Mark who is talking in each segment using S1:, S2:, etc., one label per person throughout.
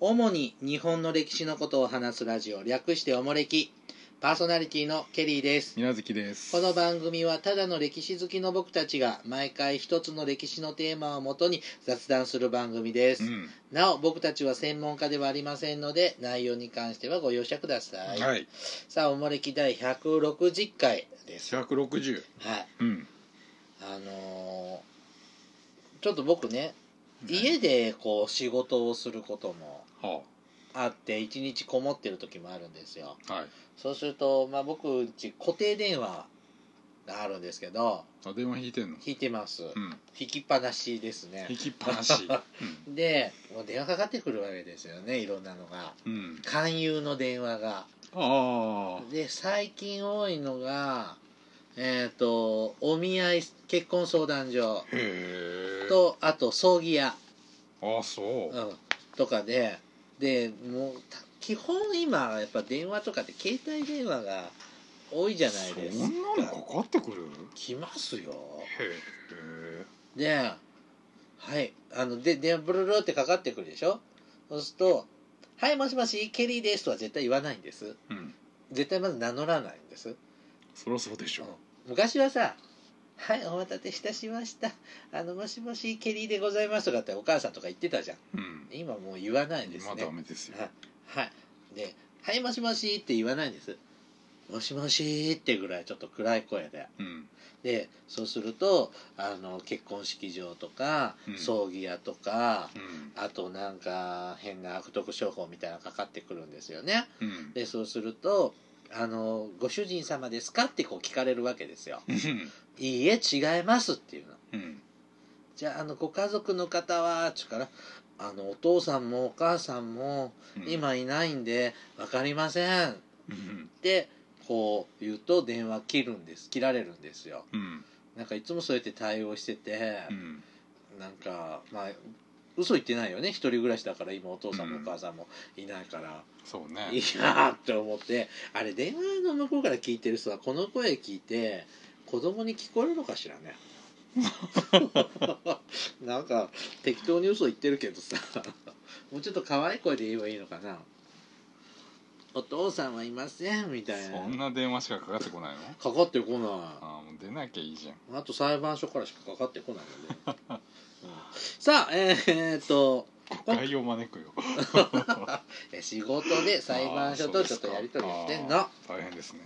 S1: 主に日本の歴史のことを話すラジオ略しておもれきパーソナリティのケリーです
S2: 水無月です
S1: この番組はただの歴史好きの僕たちが毎回一つの歴史のテーマをもとに雑談する番組です、
S2: うん
S1: なお僕たちは専門家ではありませんので内容に関してはご容赦ください、
S2: はい
S1: さあおもれき第160回です
S2: 160
S1: はい
S2: うん
S1: あのーちょっと僕ね家でこう仕事をすることも
S2: は
S1: あって一日こもってる時もあるんですよ
S2: あはい
S1: そうすると、まあ、僕うち固定電話があるんですけど
S2: あ電話引いてんの
S1: 引いてます
S2: うん
S1: 引きっぱなしですね
S2: 引きっぱなし
S1: でもう電話かかってくるわけですよねいろんなのが
S2: うん、うん、
S1: 勧誘の電話が
S2: あ
S1: で最近多いのがえっ、とお見合い結婚相談所
S2: あへえ
S1: とあと葬儀屋
S2: あそう、
S1: うん、とかででもうた基本今やっぱ電話とかって携帯電話が多いじゃないですか
S2: そんなのかかってくる
S1: 来ますよ
S2: へえ
S1: ではいあので電話ブルルルってかかってくるでしょそうすると「はいもしもしケリーです」とは絶対言わないんです
S2: うん
S1: 絶対まず名乗らないんです
S2: そりゃそうでし
S1: う
S2: ょ
S1: ん昔はさ「はいお待たせいたしましたあのもしもしケリーでございます」とかってお母さんとか言ってたじゃん
S2: うん
S1: 今もう言わないです
S2: 今
S1: ね
S2: ダメですよ
S1: はいはい。で、はい、もしもしって言わないんです。もしもしってぐらいちょっと暗い声で。
S2: うん
S1: で、そうすると、あの、結婚式場とか
S2: う、ん
S1: 葬儀屋とか、
S2: うん
S1: あとなんか変な悪徳商法みたいなのかかってくるんですよね。
S2: うん
S1: で、そうすると、あの、ご主人様ですかってこう聞かれるわけですよ。
S2: うん
S1: いいえ、違いますっていうの。
S2: うん
S1: じゃあ、あの、ご家族の方は、ちゅうから、あの、お父さんもお母さんも、
S2: うん
S1: 今いないんで分かりませんっ
S2: うん
S1: てこう言うと電話切るんです切られるんですよ
S2: うん
S1: なんかいつもそうやって対応してて、
S2: うん
S1: なんかまあ嘘言ってないよね一人暮らしだから今お父さんもお母さんもいないから、
S2: そうね
S1: いやーって思ってあれ電話の向こうから聞いてる人はこの声聞いて子供に聞こえるのかしらねなんか適当に嘘言ってるけどさもうちょっと可愛い声で言えばいいのかなお父さんはいませんみたいな
S2: そんな電話しかかかってこないの
S1: かかってこない
S2: ああもう出なきゃいいじゃん
S1: あと裁判所からしかかかってこないので、うんさあえーえーっと
S2: 誤解を招くよ
S1: え仕事で 裁判所とちょっとやり取りをしてん
S2: あ
S1: の
S2: ーそうですかあー大変ですね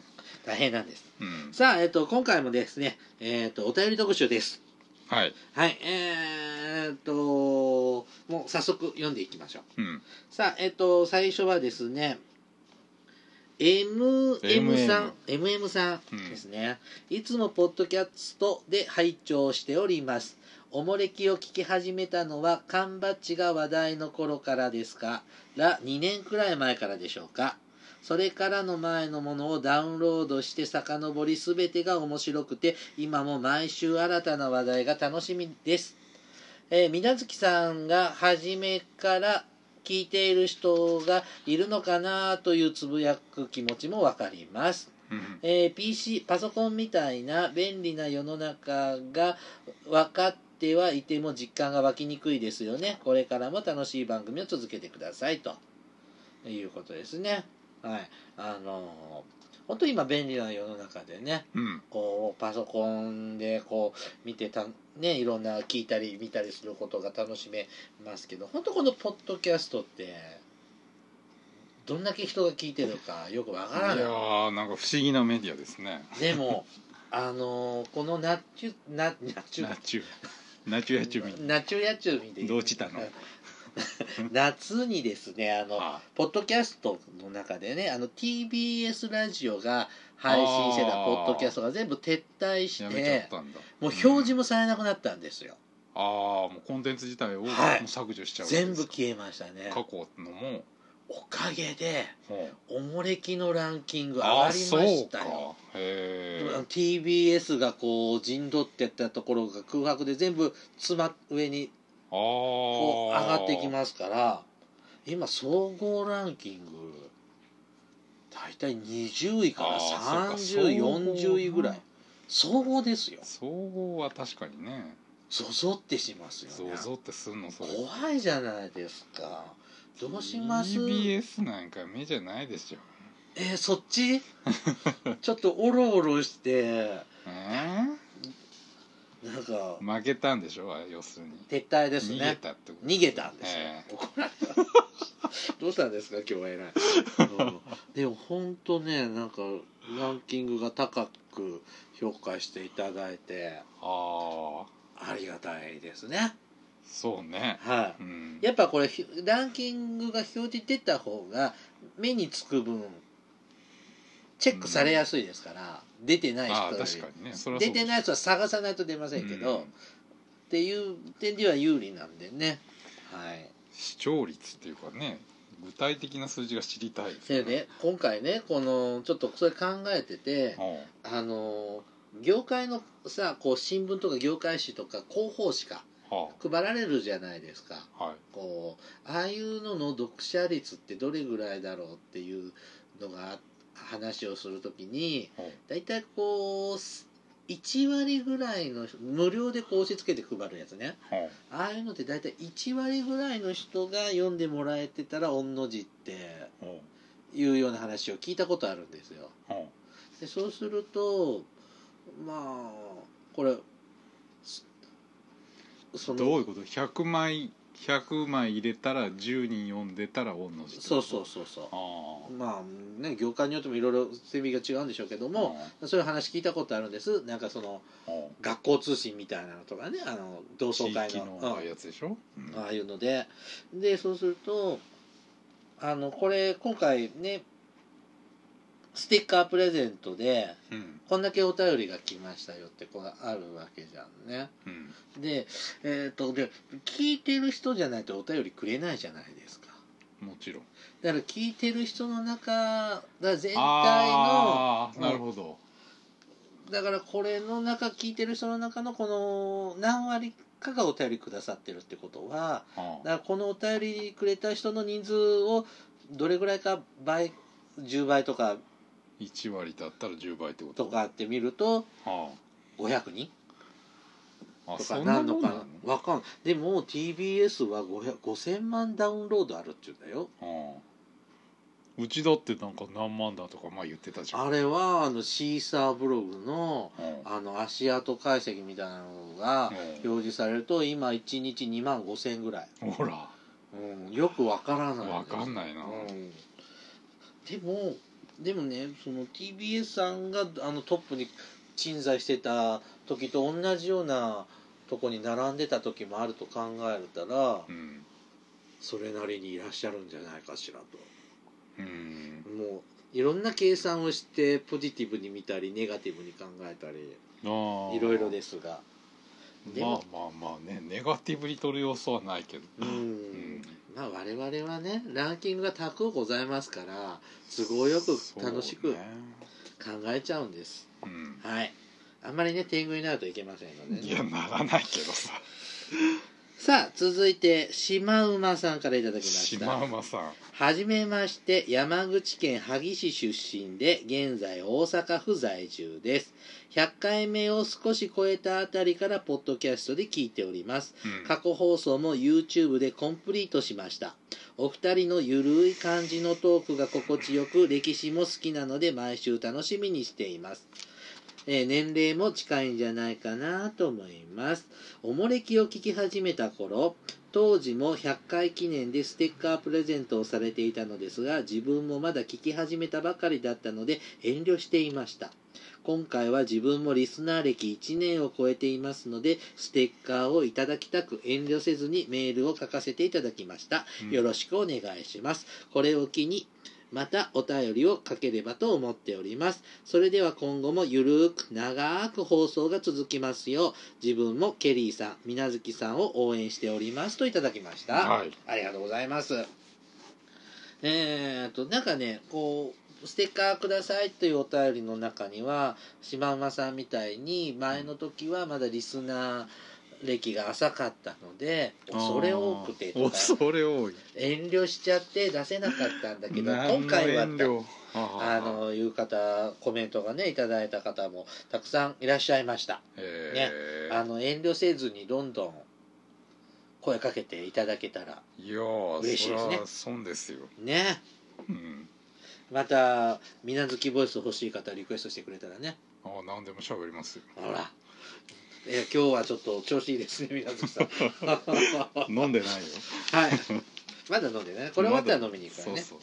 S1: 大変なんです
S2: うん
S1: さあ、えっと、今回もですね、えっと、お便り特集です。
S2: はい
S1: はい、えーっと、もう早速読んでいきましょう。
S2: うん
S1: さあ、えっと、最初はですね、MM さん、MM さんですね、いつもポッドキャストで拝聴しております。おもれきを聞き始めたのは、缶バッジが話題の頃からですから、2年くらい前からでしょうか。それからの前のものをダウンロードして遡り全てが面白くて、今も毎週新たな話題が楽しみです。えー、みなずきさんが初めから聞いている人がいるのかなというつぶやく気持ちもわかります。
S2: うん
S1: えー PC パソコンみたいな便利な世の中が分かってはいても実感が湧きにくいですよねこれからも楽しい番組を続けてくださいということですねはいあのー本当今便利な世の中でね
S2: うん
S1: こうパソコンでこう見てたねいろんな聞いたり見たりすることが楽しめますけど本当このポッドキャストってどんだけ人が聞いてるかよくわ
S2: い
S1: か
S2: や
S1: らない
S2: ーなんか不思議なメディアですね
S1: でもあのーこのナチュナナチュ
S2: ナチュナチュヤチュミ
S1: ナチュヤチュミで
S2: どうしたの
S1: 夏にですねあの
S2: あ
S1: ポッドキャストの中でねあの TBS ラジオが配信してた
S2: あー
S1: ポッドキャストが全部撤退し
S2: やめちゃってたんだ
S1: もう表示もされなくなったんですよ、
S2: ああもうコンテンツ自体をも
S1: はいう
S2: 削除しちゃうわけ
S1: 全
S2: です
S1: 部消えましたね
S2: 過去のも
S1: おかげで
S2: ほう
S1: おもれきのランキング上がり
S2: あ
S1: ま
S2: あそう
S1: した
S2: か
S1: よ
S2: へえ
S1: TBS がこう陣取ってったところが空白で全部つま上に
S2: ああ
S1: こう上がってき
S2: す
S1: ますから今総合ランキング大体20位から
S2: あーそっか
S1: 3040位ぐらい総合ですよ
S2: 総合は確かにね
S1: ゾゾってしますよ
S2: 想
S1: ね
S2: 像ってすんのそれ
S1: 怖いじゃないですかどうします
S2: TBS なんか目じゃないでしょ
S1: えー、そっ ちちょっとおろおろして
S2: え
S1: なんか
S2: ー負けたんでしょ要するに
S1: 撤退です
S2: 逃げ
S1: ね
S2: たってこと
S1: 逃げたんですよ、
S2: え
S1: 怒られたどうしたんですか今日は偉い、うんでも本当ねなんかランキングが高く評価していただいて
S2: ああ
S1: ありがたいですね
S2: そうね
S1: は
S2: う
S1: い
S2: ん
S1: やっぱこれひランキングが表示出た方が目につく分チェックされやすいですから、出てない人
S2: あ
S1: よ
S2: あ
S1: り
S2: 確かにねそれは
S1: 出
S2: そう
S1: てない人は探さないと出ませんけど、
S2: う
S1: っ
S2: ん
S1: ていう点では有利なんでねはい
S2: 視聴率っていうかね具体的な数字が知りたいです
S1: でね今回ねこのちょっとそれ考えてて
S2: おう
S1: あの業界のさこう新聞とか業界紙とか広報誌か
S2: は
S1: 配られるじゃないですか
S2: あはい
S1: こうああいうのの読者率ってどれぐらいだろうっていうのが話をするときに
S2: おう
S1: 大体こう1割ぐらいの無料でこう押し付けて配るやつね
S2: おう
S1: ああいうのって大体1割ぐらいの人が読んでもらえてたら御の字って
S2: おう
S1: いうような話を聞いたことあるんですよ。
S2: おう
S1: でそうするとまあこれすそ
S2: どういうこと100枚100枚入れたら10人読んでたら御の字って
S1: そ
S2: こ
S1: う
S2: と
S1: そうそうそ
S2: あ
S1: うまあね業界によってもいろいろ整備が違うんでしょうけど
S2: あ
S1: も、そういう話聞いたことあるんですなんかその
S2: おう
S1: 学校通信みたいなのとかねあの同窓
S2: 地
S1: 会
S2: 域
S1: の
S2: の
S1: うん
S2: やつでしょ、うん
S1: ああいうのででそうするとあのこれ今回ねステッカープレゼントで
S2: うん
S1: こんだけお便りが来ましたよってこうあるわけじゃんね
S2: うん、
S1: でえっ、とで聞いてる人じゃないとお便りくれないじゃないですか
S2: もちろん
S1: だから聞いてる人の中だ全体の
S2: ああなるほど、
S1: だからこれの中聞いてる人の中のこの何割かがお便りくださってるってことは
S2: ああ
S1: だからこのお便りくれた人の人数をどれぐらいか倍10倍とか
S2: 1割だったら10倍ってこと
S1: とかって見ると
S2: あ
S1: 500人
S2: ああ
S1: とか
S2: そん
S1: な
S2: なんも
S1: の
S2: ん
S1: か
S2: な
S1: な
S2: の
S1: わかんないでも TBS は500 5000万ダウンロードあるっちゅうんだよ
S2: ああうちだってなんか何万だとかまあ言ってたじゃん
S1: あれはあのシーサーブログの
S2: うん
S1: あの足跡解析みたいなのが
S2: うん
S1: 表示されると今1日2万5000ぐらい、
S2: ほら
S1: うん、よくわからない
S2: わかん
S1: い
S2: ないな、
S1: うん、でもでもねその TBS さんがあのトップに鎮座してた時と同じようなとこに並んでた時もあると考えたら
S2: うん
S1: それなりにいらっしゃるんじゃないかしらと。
S2: うん
S1: もういろんな計算をしてポジティブに見たりネガティブに考えたり
S2: ああ
S1: いろいろですがで
S2: まあ
S1: も
S2: まあまあねネガティブに取る要素はないけど
S1: うん、
S2: うん
S1: まあ我々はねランキングが多くございますから都合よく楽し
S2: そ
S1: く
S2: うね
S1: 考えちゃうんです、
S2: うん
S1: はいあんまりね天狗になるといけませんので、
S2: い
S1: ね、
S2: やならないけどさ
S1: さあ続いてシマウマさんからいただきまし
S2: シ
S1: た
S2: マウマさん
S1: はじめまして山口県萩市出身で現在大阪府在住です100回目を少し超えたあたりからポッドキャストで聞いております
S2: うん
S1: 過去放送も YouTube でコンプリートしましたお二人のゆるい感じのトークが心地よく歴史も好きなので毎週楽しみにしています、えー年齢も近いんじゃないかなと思いますおもれきを聞き始めた頃当時も100回記念でステッカープレゼントをされていたのですが自分もまだ聞き始めたばかりだったので遠慮していました今回は自分もリスナー歴1年を超えていますのでステッカーをいただきたく遠慮せずにメールを書かせていただきました
S2: うん
S1: よろしくお願いしますこれを機にまたお便りを書ければと思っておりますそれでは今後もゆるーく長く放送が続きますよう自分もケリーさん水無月さんを応援しておりますといただきました、
S2: はい
S1: ありがとうございますえー、となんかねこうステッカーくださいというお便りの中にはシマウマさんみたいに前の時はまだリスナー歴が浅かったので恐れ多くて
S2: あー
S1: とか
S2: 恐れ多い
S1: 遠慮しちゃって出せなかったんだけど
S2: 何の
S1: 今回は
S2: 遠慮あ
S1: あのいう方コメントがねいただいた方もたくさんいらっしゃいました、
S2: え
S1: あの遠慮せずにどんどん声かけていただけたら
S2: いやー
S1: 嬉しいですね
S2: そりゃ損ですよ、
S1: ね
S2: うん、
S1: また水無月ボイス欲しい方リクエストしてくれたらね
S2: あー何でも喋り ますよ
S1: ほらいや今日はちょっと調子いいですね水無月 さんは
S2: 飲んでないよ
S1: いまだ飲んでないこれ終わったら飲みに行くからね、
S2: まだそうそう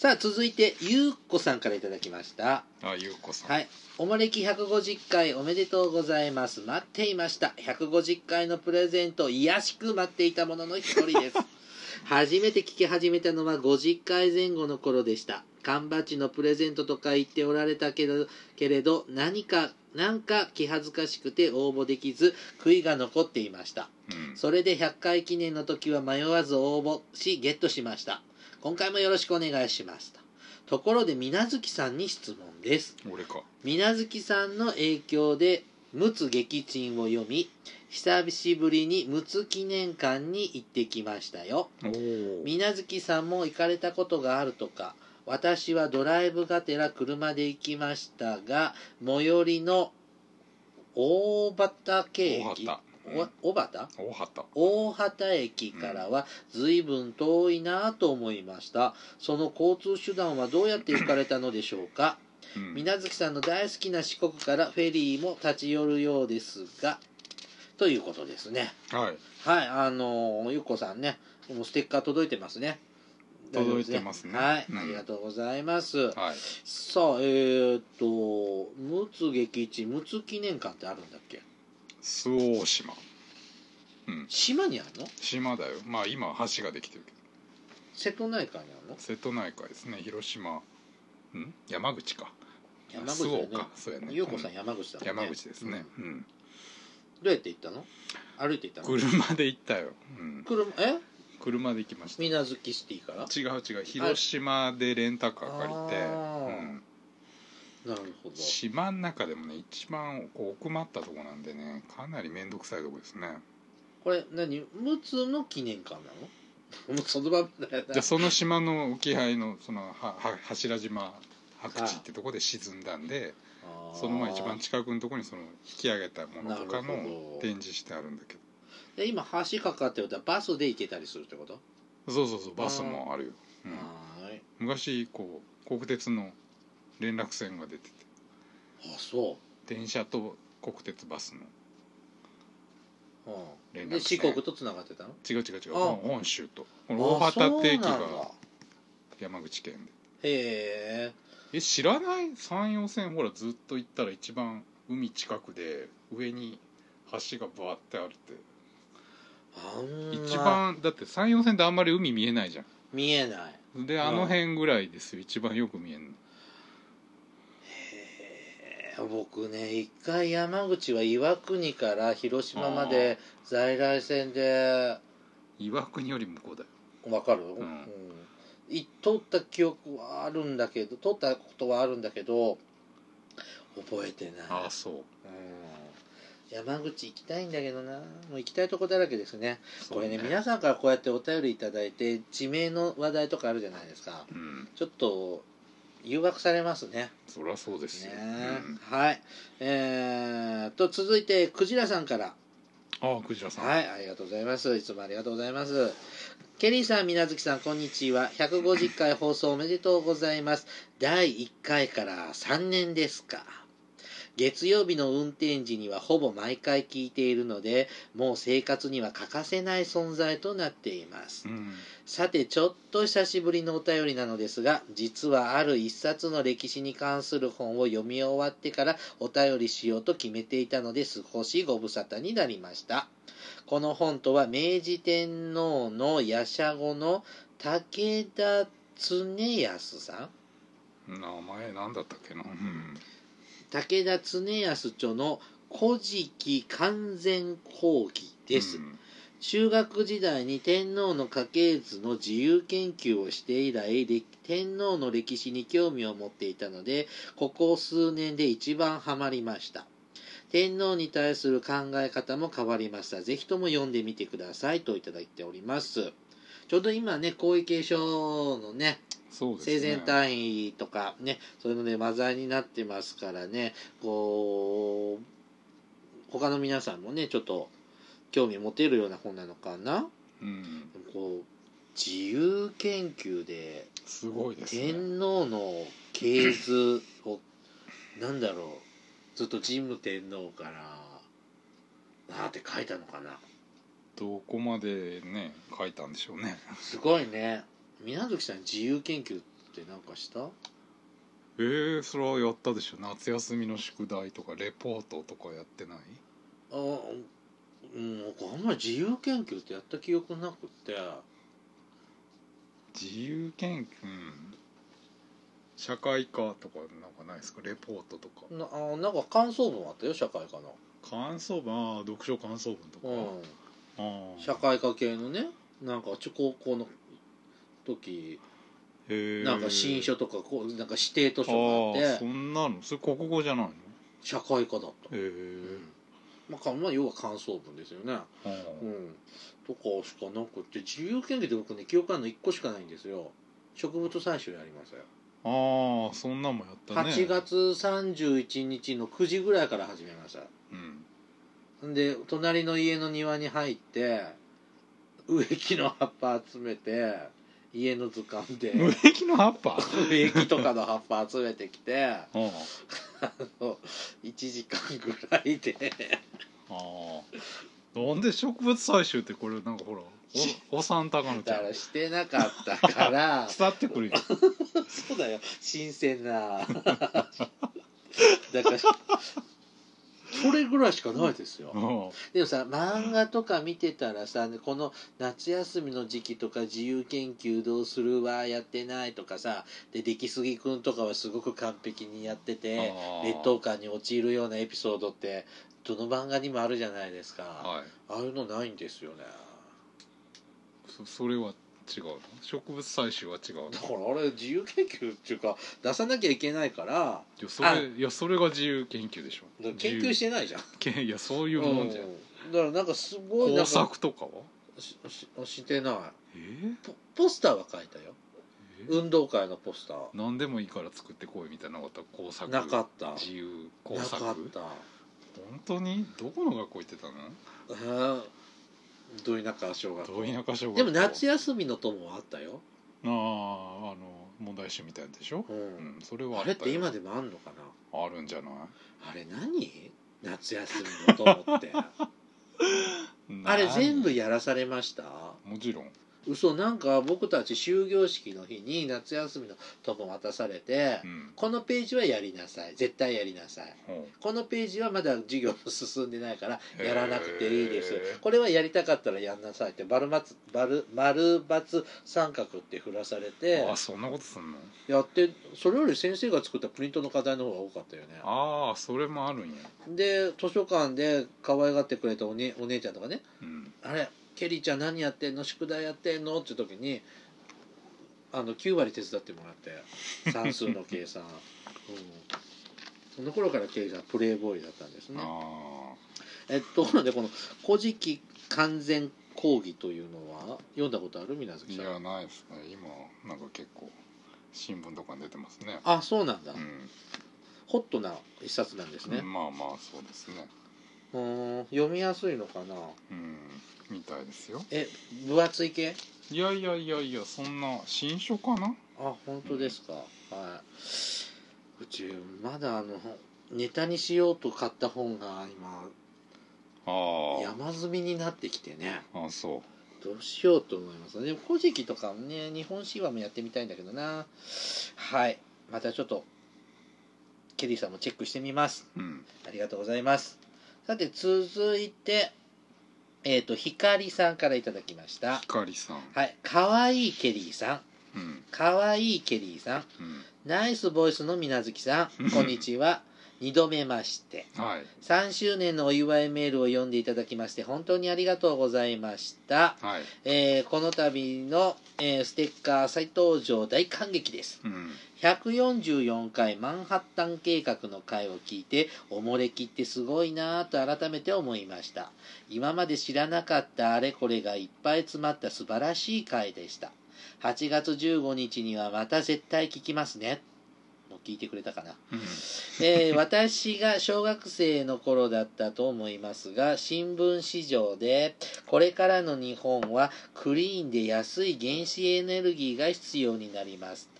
S1: さあ続いてゆうこさんからいただきました
S2: そうあゆうこさん、
S1: はい。おもれき150回おめでとうございます。待っていました。150回のプレゼント、癒やしく待っていたものの一人です。初めて聞き始めたのは50回前後の頃でした。缶バッジのプレゼントとか言っておられたけど、けれど、何か、なんか気恥ずかしくて応募できず、悔いが残っていました。
S2: うん、
S1: それで100回記念の時は迷わず応募しゲットしました今回もよろしくお願いしますとところで水無月さんに質問です
S2: 俺か
S1: 水無月さんの影響で「陸奥撃沈」を読み久しぶりに陸奥記念館に行ってきましたよ
S2: おお
S1: 水無月さんも行かれたことがあるとか私はドライブがてら車で行きましたが最寄りの大畑
S2: 大
S1: 駅
S2: 畑
S1: お小畑
S2: 大畑
S1: 大畑駅からは随分遠いなぁと思いましたその交通手段はどうやって行かれたのでしょうか
S2: うん
S1: 水月さんの大好きな四国からフェリーも立ち寄るようですがということですね
S2: はい
S1: はいあのーゆっこさんねもうステッカー届いてますね
S2: 届いてますね
S1: 大丈夫です
S2: うん
S1: はい、ありがとうございます、
S2: はい
S1: さあえー、っと陸奥劇地陸奥記念館ってあるんだっけ
S2: 周防大島うん
S1: 島にあるの
S2: 島だよまあ今橋ができてるけど
S1: 瀬戸内海にあるの
S2: 瀬戸内海ですね広島ん山口か
S1: 山口だよね
S2: 周防かそうやね
S1: ゆうこさ
S2: うんん
S1: 山口だもんね
S2: 山口ですね、うん
S1: どうやって行ったの歩いて行ったの
S2: 車で行ったよ、うん、
S1: 車え
S2: 車で行きました
S1: 水無月シティから
S2: 違う違う広島でレンタカー借りて、
S1: あー
S2: うん
S1: なるほど
S2: 島の中でもね一番こう奥まったとこなんでねかなり面倒くさいとこですね
S1: これ何陸奥の記念館なのもうその場面だよ
S2: じゃ
S1: な
S2: あその島の沖合のそのはは柱島白地ってとこで沈んだんで
S1: あー
S2: そのまあ一番近くのとこにその引き上げたものとか
S1: なるほ
S2: の
S1: ど
S2: 展示してあるんだけど
S1: で今橋かかってるとバスで行けたりするってこと、
S2: そうそうそうバスもあるよ、うん
S1: はーい
S2: 昔こう国鉄の連絡船が出てて
S1: あそ
S2: 電車と国鉄バスの
S1: う、う
S2: 連
S1: ん、
S2: 絡
S1: で
S2: 船
S1: 四国とつながってたの
S2: 違う違う違う
S1: あ
S2: 本本州とこの大
S1: あそう
S2: 畑駅
S1: なんだ
S2: が山口県で
S1: へえ
S2: え知らない山陽線ほらずっと行ったら一番海近くで上に橋がバーってあるって
S1: あんま
S2: 一番だって山陽線ってあんまり海見えないじゃ
S1: 見えない
S2: んであの辺ぐらいですよ一番よく見えるの
S1: へえ僕ね一回山口は岩国から広島まで在来線で
S2: 岩国より向こうだよ
S1: わかる、
S2: ん
S1: うんい通った記憶はあるんだけど通ったことはあるんだけど覚えてない、
S2: ああそう
S1: うん、山口行きたいんだけどなもう行きたいとこだらけですね
S2: そう
S1: これね皆さんからこうやってお便りいただいて地名の話題とかあるじゃないですか
S2: うん
S1: ちょっと誘惑されますね
S2: そりゃそうです
S1: ね
S2: よ、
S1: え
S2: うん
S1: はいえー、と続いてクジラさんから
S2: ああクジラさん、
S1: はいありがとうございますいつもありがとうございますケリーさん水無月さんこんにちは150回放送おめでとうございます第1回から3年ですか月曜日の運転時にはほぼ毎回聞いているのでもう生活には欠かせない存在となっています
S2: うん、
S1: さてちょっと久しぶりのお便りなのですが実はある一冊の歴史に関する本を読み終わってからお便りしようと決めていたので少しご無沙汰になりましたこの本とは明治天皇の夜叉後の武田恒康さん
S2: 名前なんだったっけな、うん、
S1: 武田恒康著の「古事記完全講義」です、
S2: うん
S1: 中学時代に天皇の家系図の自由研究をして以来歴天皇の歴史に興味を持っていたのでここ数年で一番ハマりました天皇に対する考え方も変わりましたぜひとも読んでみてくださいといただいておりますちょうど今ね皇位継承のね
S2: そうですね
S1: 生前単位とかねそういうのでマザーになってますからねこう他の皆さんもねちょっと興味持てるような本なのかな
S2: うん、
S1: でもこう自由研究です
S2: ごいですね
S1: 天皇の系図をなんだろうずっと神武天皇からなーって書いたのかな
S2: どこまでね書いたんでしょうね
S1: すごいね水月さん自由研究ってなんかした
S2: えー、それはやったでしょ夏休みの宿題とかレポートとかやってない
S1: あうん僕あんまり自由研究ってやった記憶なくって
S2: 自由研究、うん社会科とかなんかないですかレポートとか
S1: なあなんか感想文あったよ社会科の
S2: 感想文あー読書感想文とか、
S1: うん
S2: あー
S1: 社会科系のねなんかちょ高校の時
S2: へー
S1: なんか新書とかこうなんか指定図
S2: あ
S1: 書があ
S2: ー
S1: っ
S2: そ
S1: て
S2: んなのそれ国語じゃないの
S1: 社会科だった
S2: へえ、
S1: まあか、まあ、要は感想文ですよね。
S2: あ
S1: う
S2: ー
S1: ん。とかしかなくて、自由研究で僕ね、記憶あるの1個しかないんですよ。植物採集やりますよ。
S2: あーそんなんもやったね
S1: 8月31日の9時ぐらいから始めまし
S2: うん
S1: た。んで、隣の家の庭に入って、植木の葉っぱ集めて、家の図鑑で、
S2: 無益の葉っぱ
S1: 植木とかの葉っぱ集めてきて、
S2: あー
S1: 1時間ぐらいで、
S2: あーなんで植物採集ってこれなんかほらおお産高野ち
S1: だ
S2: ゃ
S1: か
S2: ん
S1: らしてなかったから、
S2: 伝っ てくるよ
S1: そうだよ新鮮 なだからそれぐらいしかないですよ
S2: うん
S1: でもさ漫画とか見てたらさこの夏休みの時期とか自由研究どうするわやってないとかさで出来すぎくんとかはすごく完璧にやってて
S2: あー
S1: 劣等感に陥るようなエピソードってどの漫画にもあるじゃないですか、
S2: はい
S1: ああいうのないんですよね
S2: そそれは違うの植物採集は違うの
S1: だからあれ自由研究っていうか出さなきゃいけないから
S2: いやそ
S1: あ
S2: れいやそれが自由研究でしょ
S1: だから研究してないじゃん
S2: 自由研いやそういうもんじゃん
S1: うんだからなんかすごいなん
S2: 工
S1: か
S2: 作とかは
S1: しししてない
S2: え
S1: ポポスターは書いたよ
S2: ーえー
S1: 運動会のポスター
S2: 何でもいいから作ってこいみたいなのなかった工作
S1: なかった
S2: 自由工
S1: な
S2: 作
S1: かっ
S2: 本
S1: た
S2: 当にどこの学校行ってたの
S1: えーどいなか小学校
S2: ど田舎小学校
S1: でも夏休みの友はあったよ、
S2: あああの問題集みたいなでしょ
S1: う、
S2: うんん、それはあ
S1: あ
S2: った
S1: れ
S2: よ
S1: って今でもあんのかな
S2: あるんじゃない
S1: あれ何夏休みの友って あれ全部
S2: ない
S1: やらされました
S2: もちろん
S1: 嘘なんか僕たち終業式の日に夏休みの友渡されて、
S2: うん
S1: このページはやりなさい絶対やりなさい
S2: ほ
S1: このページはまだ授業も進んでないから
S2: へー
S1: やらなくていいですこれはやりたかったらやんなさいって丸バツバル丸バツ三角って振らされ
S2: う
S1: て
S2: あそんなことすんの
S1: やってそれより先生が作ったプリントの課題の方が多かったよね
S2: ああそれもあるんや、
S1: で図書館で可愛がってくれたお,、ね、お姉ちゃんとかね
S2: うん、
S1: 「あれケリーちゃん何やってんの宿題やってんの?」って時にあの9割手伝ってもらって算数の計 算、うん、その頃からケリーさんプレイボーイだったんですね
S2: あ
S1: えっところでこの「古事記完全講義」というのは読んだことある水無
S2: あい
S1: 月さ
S2: や
S1: ん
S2: ないですね今なんか結構新聞とかに出てますね
S1: あそうなんだ、
S2: うん
S1: ホットな一冊なんですね
S2: まあまあそうですね
S1: うーん読みやすいのかな
S2: うんみたいですよ
S1: え分厚い系
S2: いやいやいやいやそんな新書かな
S1: あ本当ですか、はい宇宙まだあのネタにしようと買った本が今
S2: あ
S1: 山積みになってきてね
S2: ああそう
S1: どうしようと思いますでも「古事記」とかもね日本神話もやってみたいんだけどなはいまたちょっとケリーさんもチェックしてみます
S2: うん
S1: ありがとうございます。さて続いて、えっ、と、ひかりさんからいただきました。
S2: 光さん
S1: はい。かわいいケリーさん。
S2: うん
S1: かわいいケリーさん。
S2: うん
S1: ナイスボイスのみなずきさん。こんにちは。二度目まして。
S2: はい
S1: 3周年のお祝いメールを読んでいただきまして、本当にありがとうございました。
S2: はい
S1: えーこの度の、えーステッカー再登場大感激です。
S2: うん
S1: 144回マンハッタン計画の回を聞いておもれきってすごいなぁと改めて思いました今まで知らなかったあれこれがいっぱい詰まった素晴らしい回でした8月15日にはまた絶対聞きますねも聞いてくれたかな、
S2: うん
S1: えー私が小学生の頃だったと思いますが新聞市場でこれからの日本はクリーンで安い原子エネルギーが必要になります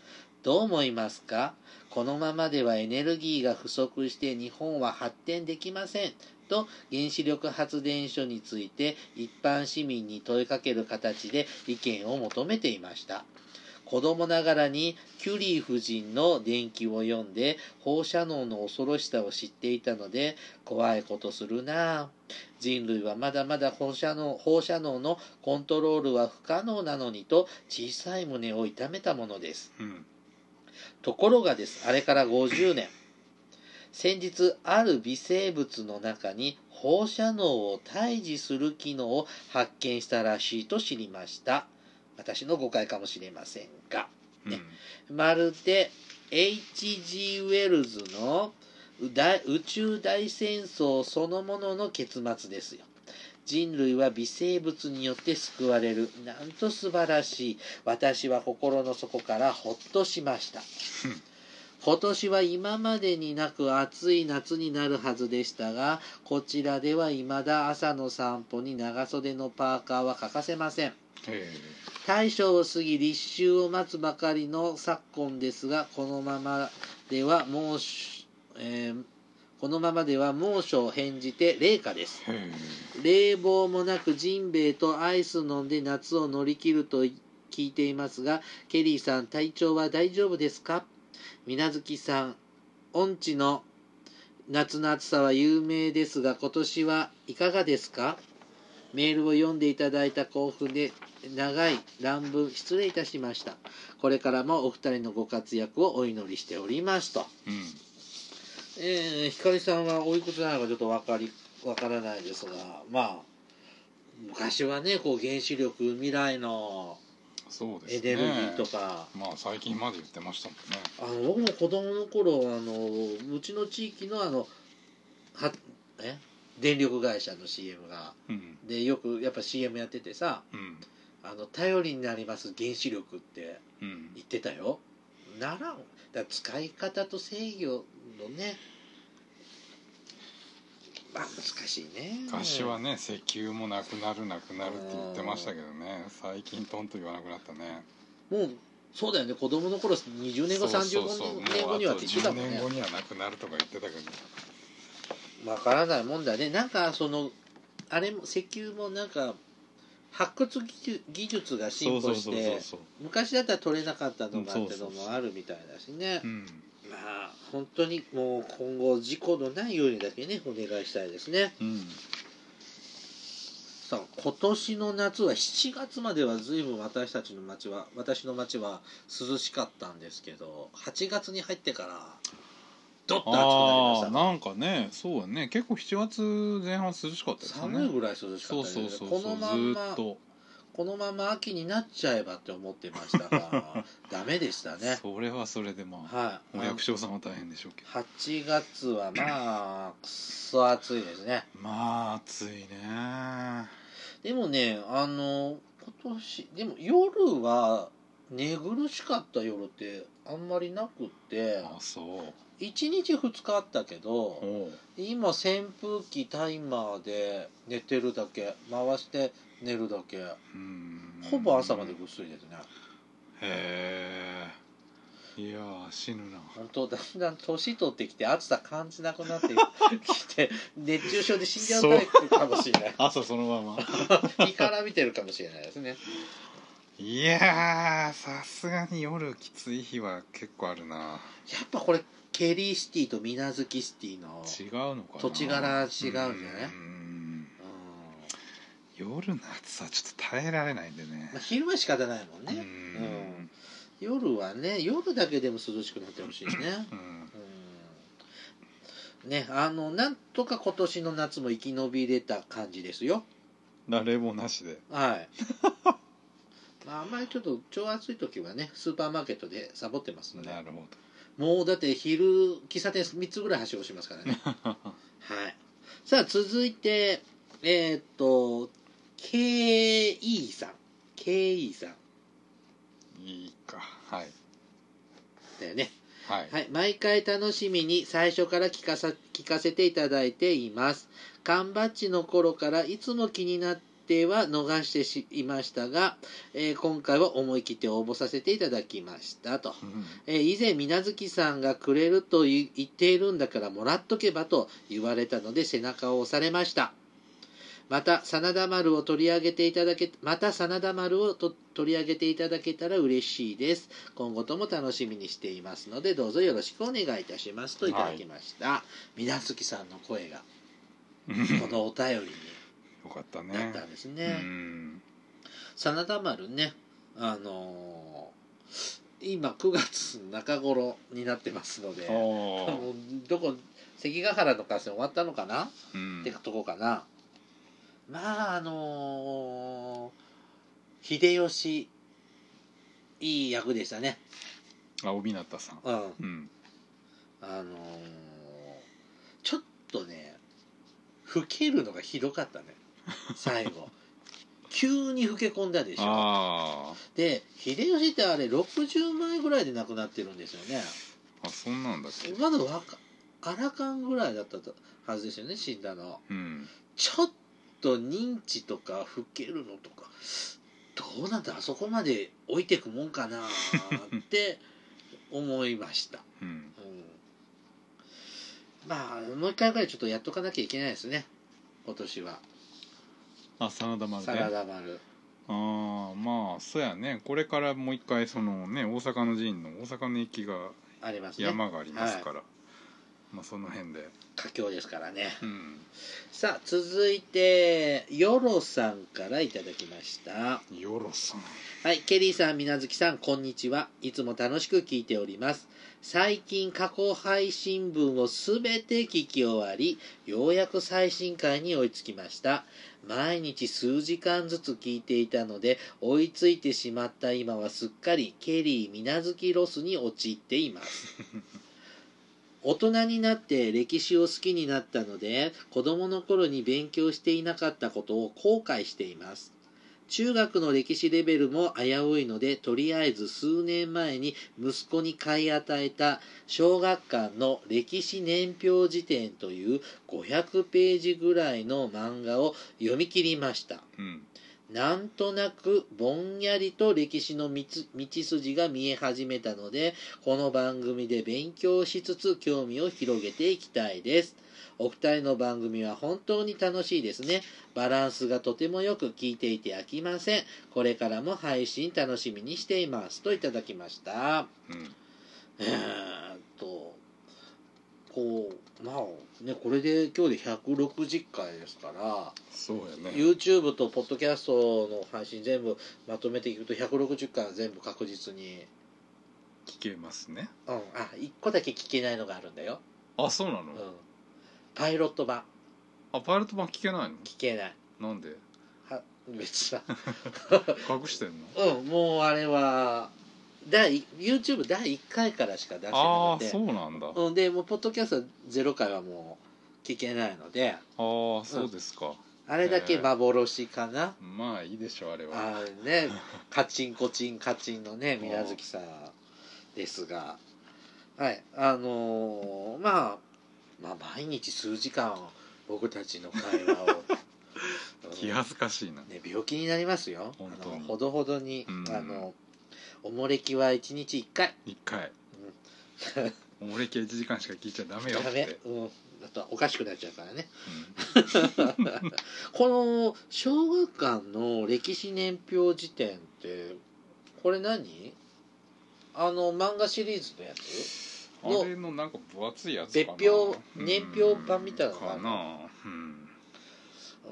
S1: どう思いますかこのままではエネルギーが不足して日本は発展できませんと原子力発電所について一般市民に問いかける形で意見を求めていました子供ながらにキュリー夫人の伝記を読んで放射能の恐ろしさを知っていたので怖いことするなあ人類はまだまだ放射能放射能のコントロールは不可能なのにと小さい胸を痛めたものです
S2: うん
S1: ところがですあれから50年先日ある微生物の中に放射能を退治する機能を発見したらしいと知りました私の誤解かもしれませんが
S2: うん
S1: ねまるで H.G. ウェルズのう大宇宙大戦争そのものの結末ですよ人類は微生物によって救われるなんと素晴らしい私は心の底からほっとしました今年は今までになく暑い夏になるはずでしたがこちらでは未だ朝の散歩に長袖のパーカーは欠かせません
S2: え
S1: 大正を過ぎ立秋を待つばかりの昨今ですがこのままでは猛暑、えーこのままでは猛暑を変じて冷夏です
S2: えへ
S1: 冷房もなくジンベエとアイス飲んで夏を乗り切ると聞いていますがケリーさん体調は大丈夫ですか水無月さん音痴の夏の暑さは有名ですが今年はいかがですかメールを読んでいただいた興奮で長い乱文失礼いたしましたこれからもお二人のご活躍をお祈りしておりますと
S2: えうん
S1: えー、光さんはおいくつなのかちょっとわかりわからないですがまあ昔はねこう原子力未来の
S2: そうです
S1: エ
S2: ね
S1: ネルギーとか、
S2: まあ最近まで言ってましたもんね
S1: あの僕も子供の頃あのうちの地域のあのはえ電力会社の CM が
S2: うん
S1: でよくやっぱ CM やっててさ
S2: うん
S1: あの頼りになります原子力って
S2: うん
S1: 言ってたよならんだから使い方と制御のねまあ難しいね
S2: 昔はね石油もなくなるなくなるって言ってましたけどね最近トンと言わなくなったね
S1: もうそうだよね子供の頃20年後
S2: そうそうそう
S1: 35年後にはって言ってたもん
S2: もうあ
S1: ね
S2: と10年後にはなくなるとか言ってたけど
S1: わからないもんだねなんかそのあれも石油もなんか発掘技術技術が進歩して
S2: そう
S1: 昔だったら取れなかったのが
S2: うん
S1: って
S2: そ
S1: の
S2: うそうそう
S1: もあるみたいだしね
S2: うん
S1: まあ本当にもう今後事故のないようにだけねお願いしたいですね
S2: うん
S1: さあ今年の夏は7月までは随分私たちの町は私の町は涼しかったんですけど8月に入ってからどっと暑く
S2: ああ
S1: なりま
S2: なんかねそうやね結構7月前半涼しかったで
S1: し
S2: す
S1: た
S2: ね
S1: 寒いぐらい涼しか
S2: そ
S1: っ
S2: う
S1: た
S2: そう
S1: です
S2: そう
S1: こ
S2: そ
S1: の
S2: うず
S1: まん
S2: ーっ
S1: ま
S2: と
S1: このまま秋になっちゃえばって思ってました がダメでしたね
S2: それはそれでまあ
S1: はい
S2: お役所さんは大変でしょうけど
S1: 8月はまあくっそ暑いですね
S2: まあ暑いね
S1: でもねあの今年でも夜は寝苦しかった夜ってあんまりなくって
S2: あそう
S1: 1日2日あったけ
S2: お
S1: ど
S2: う
S1: 今扇風機タイマーで寝てるだけ回して寝るだけ
S2: うん
S1: ほぼ朝までぐっすりですね
S2: へえいやー死ぬな
S1: 本当だんだん年取ってきて暑さ感じなくなってきて 熱中症で死んじゃうタイプかもしれない
S2: 朝そのまま
S1: 胃から見てるかもしれないですね
S2: いやーさすがに夜きつい日は結構あるな
S1: やっぱこれケリーシティと水無月シティの
S2: 違うのかな
S1: 土地柄違うんじゃない
S2: うん
S1: うん
S2: 夜の暑さちょっと耐えられないんでね
S1: まあ、昼は仕方ないもん
S2: う
S1: ね、
S2: ん
S1: 夜はね夜だけでも涼しくなってほ しいね
S2: うん
S1: うんねあのなんとか今年の夏も生き延びれた感じですよ
S2: 誰もなしで
S1: はい まあ、あんまりちょっと超暑い時はねスーパーマーケットでサボってますので
S2: なるほ
S1: もうだって昼喫茶店3つぐらいはしごしますから ね
S2: ど
S1: はいさあ続いてえーっと KE さん KE さん
S2: いいかはい
S1: だよね
S2: はい
S1: はい、毎回楽しみに最初から聞かさ聞かせていただいています缶バッジの頃からいつも気になっては逃してしいましたが、えー今回は思い切って応募させていただきましたと、
S2: うん
S1: えー以前水無月さんがくれるとい言っているんだからもらっとけばと言われたので背中を押されましたまた真田丸を取り上げていただけまた真田丸をと取り上げていただけたら嬉しいです今後とも楽しみにしていますのでどうぞよろしくお願いいたしますといただきました、水無月さんの声がこのお便り
S2: よかった
S1: になっ
S2: ね
S1: たんです
S2: う
S1: ね
S2: ん
S1: 真田丸ねあのー今9月中頃になってますので
S2: ああ
S1: もうどこ関ヶ原の合戦終わったのかな、
S2: うん
S1: ってとこかなまああのー秀吉いい役でしたね
S2: あ帯名田さん
S1: うん
S2: うん
S1: あのーちょっとね老けるのがひどかったね最後 急に老け込んだでしょ
S2: あ
S1: で秀吉ってあれ60前ぐらいで亡くなってるんですよね
S2: ーあそんなんだっけ
S1: まだ若あらかんぐらいだったはずですよね死んだの
S2: うん
S1: ちょっと認知とか老けるのとかどうなんだあそこまで置いてくもんかなって思いました、
S2: うん
S1: うん、まあもう一回ぐらいちょっとやっとかなきゃいけないですね今年は
S2: あ真田丸
S1: サ
S2: ね
S1: ラダ丸
S2: ああまあそうやねこれからもう一回そのね大阪の寺院の大阪の駅が
S1: ありますね
S2: 山がありますから、まあその辺で
S1: 佳境ですからね
S2: うん
S1: さあ続いてヨロさんからいただきました
S2: よろさん
S1: はい、ケリーさん、みなずきさん、こんにちは。いつも楽しく聞いております。最近過去配信分をすべて聞き終わり、ようやく最新回に追いつきました。毎日数時間ずつ聞いていたので、追いついてしまった今はすっかりケリーみなずきロスに陥っています。大人になって歴史を好きになったので、子供の頃に勉強していなかったことを後悔しています。中学の歴史レベルも危ういのでとりあえず数年前に息子に買い与えた小学館の歴史年表辞典という500ページぐらいの漫画を読み切りました
S2: うん
S1: なんとなくぼんやりと歴史の道道筋が見え始めたのでこの番組で勉強しつつ興味を広げていきたいですお二人の番組は本当に楽しいですねバランスがとてもよく聞いていて飽きませんこれからも配信楽しみにしていますといただきました
S2: うん
S1: えーっとこうまあねこれで今日で160回ですから
S2: そうやね
S1: YouTube とポッドキャストの配信全部まとめていくと160巻全部確実に、
S2: 聞けますね
S1: うん、あ1個だけ聞けないのがあるんだよ、
S2: あそうな
S1: う
S2: の、
S1: ん、パイロット版
S2: あパイロット版聞けないの
S1: 聞けない
S2: なんで
S1: は別だ
S2: 隠してんの
S1: うんもうあれは第 YouTube 第1回からしか出してな
S2: あ
S1: く
S2: あ
S1: て
S2: そうなんだ、あ
S1: うん、でもうポッドキャスト0回はもう聞けないので
S2: あそうですか、
S1: あれだけ幻かな、
S2: まあいいでしょうあれは
S1: あーね、カチンコチンカチンのね水無月さんですがはいあのーまあまあ毎日数時間僕たちの会話を
S2: 気恥ずかしいな、
S1: ね、病気になりますよ
S2: 本
S1: あ
S2: 当に
S1: のほどほどに、
S2: うん
S1: あのおもれきは1日1回
S2: 一回俺系1時間しか聞いちゃダメよっ
S1: ダメ
S2: て、
S1: うん、だとおかしくなっちゃうからね
S2: うん
S1: この小学館の歴史年表辞典ってこれ何あの漫画シリーズのやつ
S2: あ
S1: の
S2: れのなんか分厚いやつかな
S1: 別表年表版みたいなの
S2: の
S1: があ
S2: か
S1: る
S2: な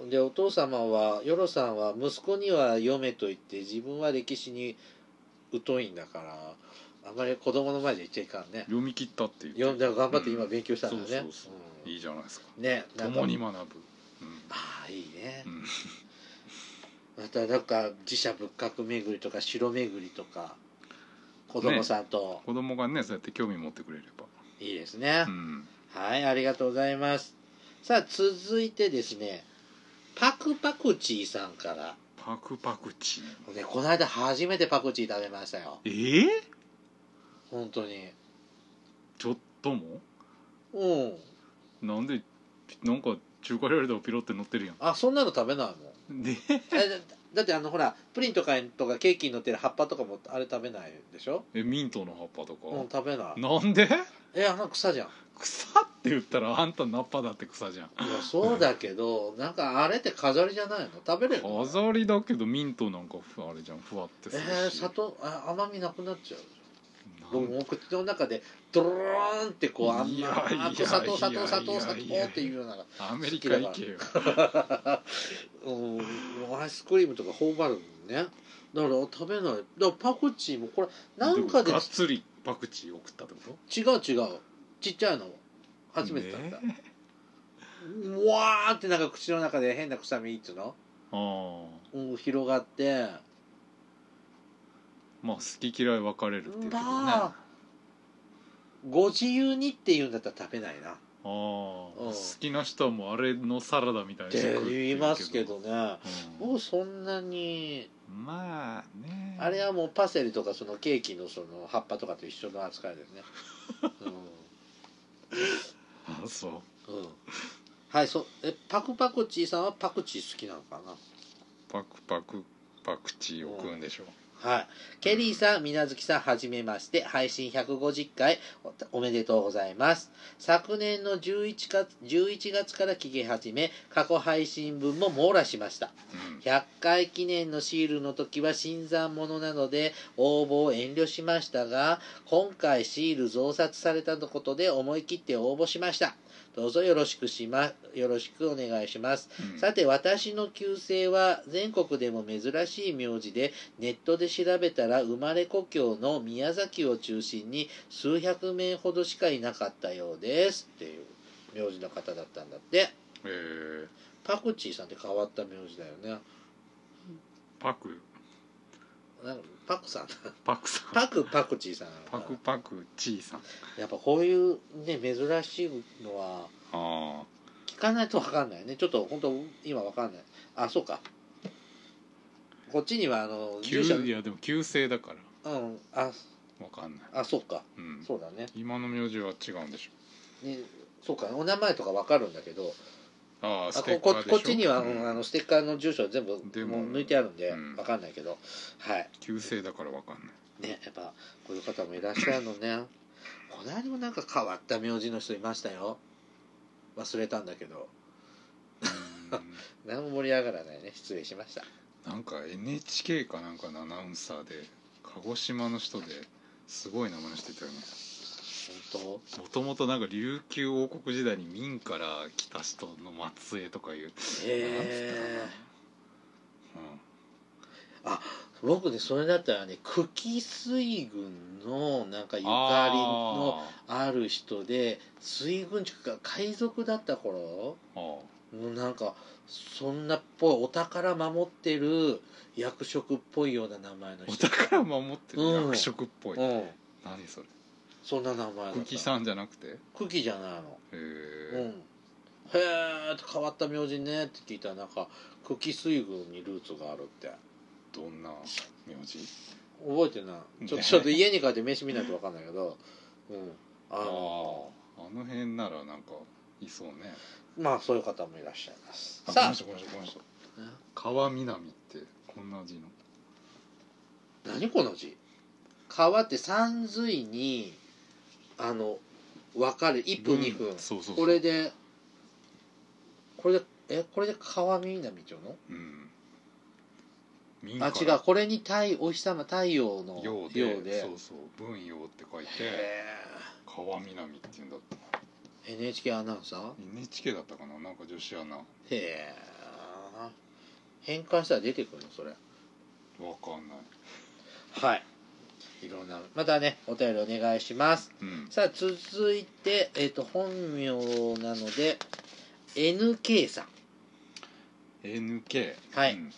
S2: うん
S1: でお父様はヨロさんは息子には読めと言って自分は歴史に疎いんだからあんまり子供の前で言っちゃいかんね
S2: 読み切ったっていう
S1: 読んだ頑張って今勉強したんだ
S2: う
S1: ね
S2: んそうそう
S1: うん
S2: いいじゃないですか
S1: ねなんか
S2: 共に学ぶうん
S1: ああいいね
S2: うん
S1: またなんか寺社仏閣巡りとか城巡りとか子供さんと
S2: 子供がねそうやって興味持ってくれれ
S1: いいですね
S2: ばうん
S1: はい、ありがとうございます。さあ、続いてですね、パクパクチーさんから。
S2: パクパクチー
S1: ね、この間初めてパクチー食べましたよ。
S2: ええ
S1: 本当に。
S2: ちょっとも
S1: うん
S2: なんでなんか中華料理でもピロって乗ってるや
S1: あそんなの食べないもん
S2: んで
S1: えだだってあのほらプリンとかとかケーキに乗ってる葉っぱとかもあれ食べないでしょ
S2: えミントの葉っぱとか、
S1: うん食べない
S2: なんで
S1: えあの草じゃん
S2: 草って言ったらあんたナッパだって草じゃん
S1: いやそうだけどなんかあれって飾りじゃないの食べれるの
S2: 飾りだけどミントなんかふあれじゃんふわってす
S1: え
S2: る
S1: ー、
S2: し、
S1: 砂糖あ甘みなくなっちゃう
S2: なん
S1: 僕もう口の中でドローンってこうあん
S2: いや
S1: ま
S2: いや
S1: あと砂糖砂
S2: いや
S1: 糖砂
S2: い
S1: 糖
S2: や
S1: 砂糖
S2: いや
S1: っていうような
S2: アメリカ行けよ
S1: うんアイスクリームとか頬張るのねだから食べないだからパクチーもこれなんかで
S2: がっつりパクチー送ったってこ
S1: 違う違うちっちゃいの
S2: と
S1: 初めて食べた、
S2: ね
S1: うわーってなんか口の中で変な臭みっつうの、
S2: ああ
S1: うん、広がって
S2: まあ好き嫌い分かれるっていうけどね
S1: まあご自由にって言うんだったら食べないな
S2: あー
S1: うん
S2: 好きな人はもうあれのサラダみたい
S1: っ
S2: にしてて食うって
S1: 言
S2: い
S1: いうますけどね
S2: うん
S1: 僕そんなに
S2: まあね
S1: あれはもうパセリとかそのケーキのその葉っぱとかと一緒の扱いですね
S2: あそう
S1: うん、うん、はいそえパクパクチーさんはパクチー好きなのかな
S2: パクパクパクチーを食うんでしょ
S1: はい、ケリーさん、水無月さん、はじめまして、配信150回おおめでとうございます。昨年の11月 ,11 月から聞き始め、過去配信分も網羅しました。
S2: うん
S1: 100回記念のシールの時は新参者なので応募を遠慮しましたが今回シール増刷されたのことで思い切って応募しましたどうぞよろしくしまよろしくお願いします
S2: うん
S1: さて私の旧姓は全国でも珍しい名字でネットで調べたら生まれ故郷の宮崎を中心に数百名ほどしかいなかったようですっていう名字の方だったんだって
S2: えー
S1: パクチーさんって変わった名字だよね
S2: パク
S1: なんかパクさん
S2: パクさん
S1: パクパクチーさん
S2: パクパクチーさん
S1: やっぱこういうね珍しいのは
S2: ああ
S1: 聞かないと分かんないねちょっと本当今分かんないあそうかこっちにはあの
S2: 旧
S1: 住所
S2: いやでも旧姓だから
S1: うんあ
S2: わかんない、
S1: あそうか
S2: うん、
S1: そうだね
S2: 今の名字は違うんでしょ
S1: ねそうかお名前とか分かるんだけど
S2: ああ
S1: あ
S2: ステ
S1: こ
S2: ッカ
S1: こ
S2: ーでしょ
S1: こっちには、
S2: う
S1: うん
S2: ん
S1: あのステッカーの住所全部
S2: でも
S1: もう抜いてあるんで
S2: うん
S1: 分かんないけど、はい
S2: 旧姓だからわかんない
S1: ねやっぱこういう方もいらっしゃるのねこの間もなんか変わった名字の人いましたよ忘れたんだけど
S2: う
S1: 何も盛り上がらないね失礼しました
S2: んなんか NHK かなんかのアナウンサーで鹿児島の人ですごい名前の人いたよね
S1: 本
S2: もともとなんか琉球王国時代に明から来た人の末裔とかいう
S1: 当
S2: なんつったかな
S1: へえ僕ねそれだったらね久喜水軍のなんかゆ
S2: うん、
S1: かりのある人で水軍塾が海賊だった頃
S2: あーあ
S1: もうなんかそんなっぽいお宝守ってる役職っぽいような名前の
S2: ーお
S1: 人
S2: 宝守ってる
S1: うん
S2: 役職っぽい、
S1: うん
S2: 何それ
S1: そんな名前だった
S2: 久喜さんじゃなくてへ
S1: 久喜じゃないのうん
S2: え、
S1: へえって変わった名字ねって聞いたらなんか久喜水軍にルーツがあるって
S2: どんな名字
S1: 覚えてないちょ,、
S2: ね
S1: ちょっと家に帰って飯見ないと分かんないけどうんあ
S2: ああ
S1: の
S2: あの辺ならなんかいそうね
S1: まあそういう方もいらっしゃいます
S2: あこ
S1: さ
S2: の人この人この人
S1: あ
S2: 川南ってこんな字の
S1: 何この字川って山水にあの分かる1分2分、
S2: そうそうそう
S1: これでこれでえこれで川南町の
S2: うん民
S1: あ違うこれに太お日様太陽の
S2: 陽で
S1: 陽で
S2: そうそう文陽って書いて
S1: へ
S2: 川南っていうんだった
S1: え NHK アナウンサー
S2: NHK だったかななんか女子アナわ
S1: へえ変換したら出てくるのそれ
S2: かんない
S1: はいいろんなまたねお便りお願いします
S2: うん
S1: さあ続いて、えっと本名なので NK さん
S2: NK
S1: はい
S2: うん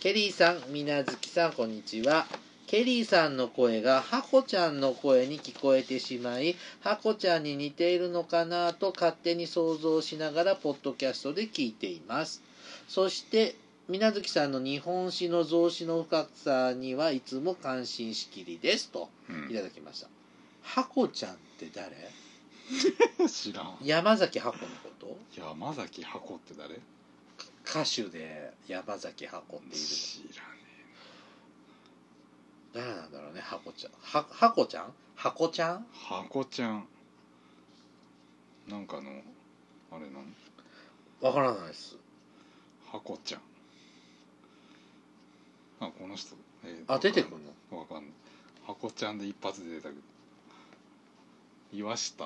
S1: ケリーさん、みなずきさん、こんにちは。ケリーさんの声が、ハコちゃんの声に聞こえてしまい、ハコちゃんに似ているのかなと勝手に想像しながら、ポッドキャストで聞いています。そして、みなずきさんの日本史の増詞の深さにはいつも感心しきりです。と、
S2: うん
S1: いただきました。ハコちゃんって誰
S2: 知らん
S1: 山崎ハコのこと
S2: 山崎箱って誰
S1: 歌手で山崎ハコっている
S2: 知らね
S1: 誰なんだろうねハコちゃんはハコちゃんハコちゃん
S2: え箱ちゃんなんかのあれなの
S1: わからないです
S2: 箱ちゃんあこの人、えー
S1: あ出てくんの
S2: わかんない箱ちゃんで一発で出たけど岩下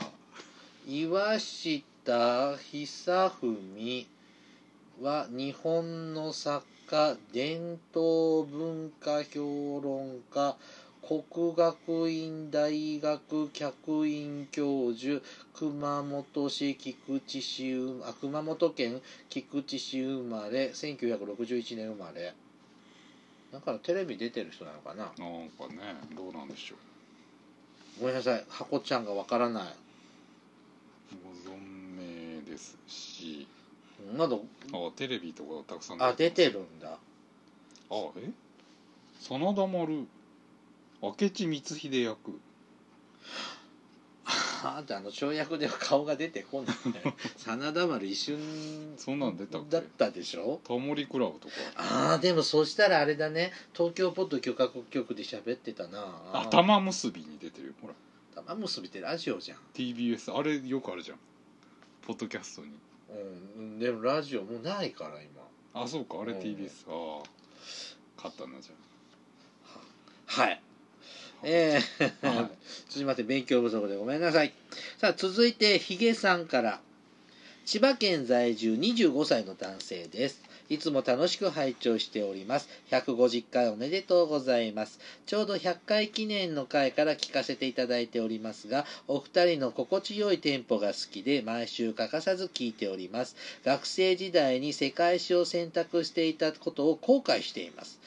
S1: 岩下久文は日本の作家伝統文化評論家国学院大学客員教授熊本市菊池市生まあ熊本県菊池市生まれ1961年生まれだからテレビ出てる人なのかな
S2: なんかねどうなんでしょう
S1: ごめんなさいハコちゃんがわからない
S2: ご存命ですし
S1: まだ
S2: あテレビとかたくさん
S1: あ出て
S2: る
S1: るんだ
S2: あえ真田丸明智光秀役
S1: あんたあの跳躍では顔が出てこないんだよ真田丸一瞬
S2: そんなん出たっけ
S1: だったでしょ
S2: タモリクラブとか
S1: ああでもそしたらあれだね東京ポッド許可局で喋ってたな
S2: あ玉結びに出てるよほら
S1: 玉結びってラジオじゃん
S2: TBS あれよくあるじゃんポッドキャストに
S1: うんでもラジオもうないから今
S2: あそうかあれ
S1: うん
S2: TBS ああ勝ったなじ
S1: はい
S2: ゃん
S1: えー
S2: はい
S1: すいません勉強不足でごめんなさいさあ続いてヒゲさんから千葉県在住25歳の男性ですいつも楽しく拝聴しております150回おめでとうございますちょうど100回記念の回から聞かせていただいておりますがお二人の心地よいテンポが好きで毎週欠かさず聞いております学生時代に世界史を選択していたことを後悔しています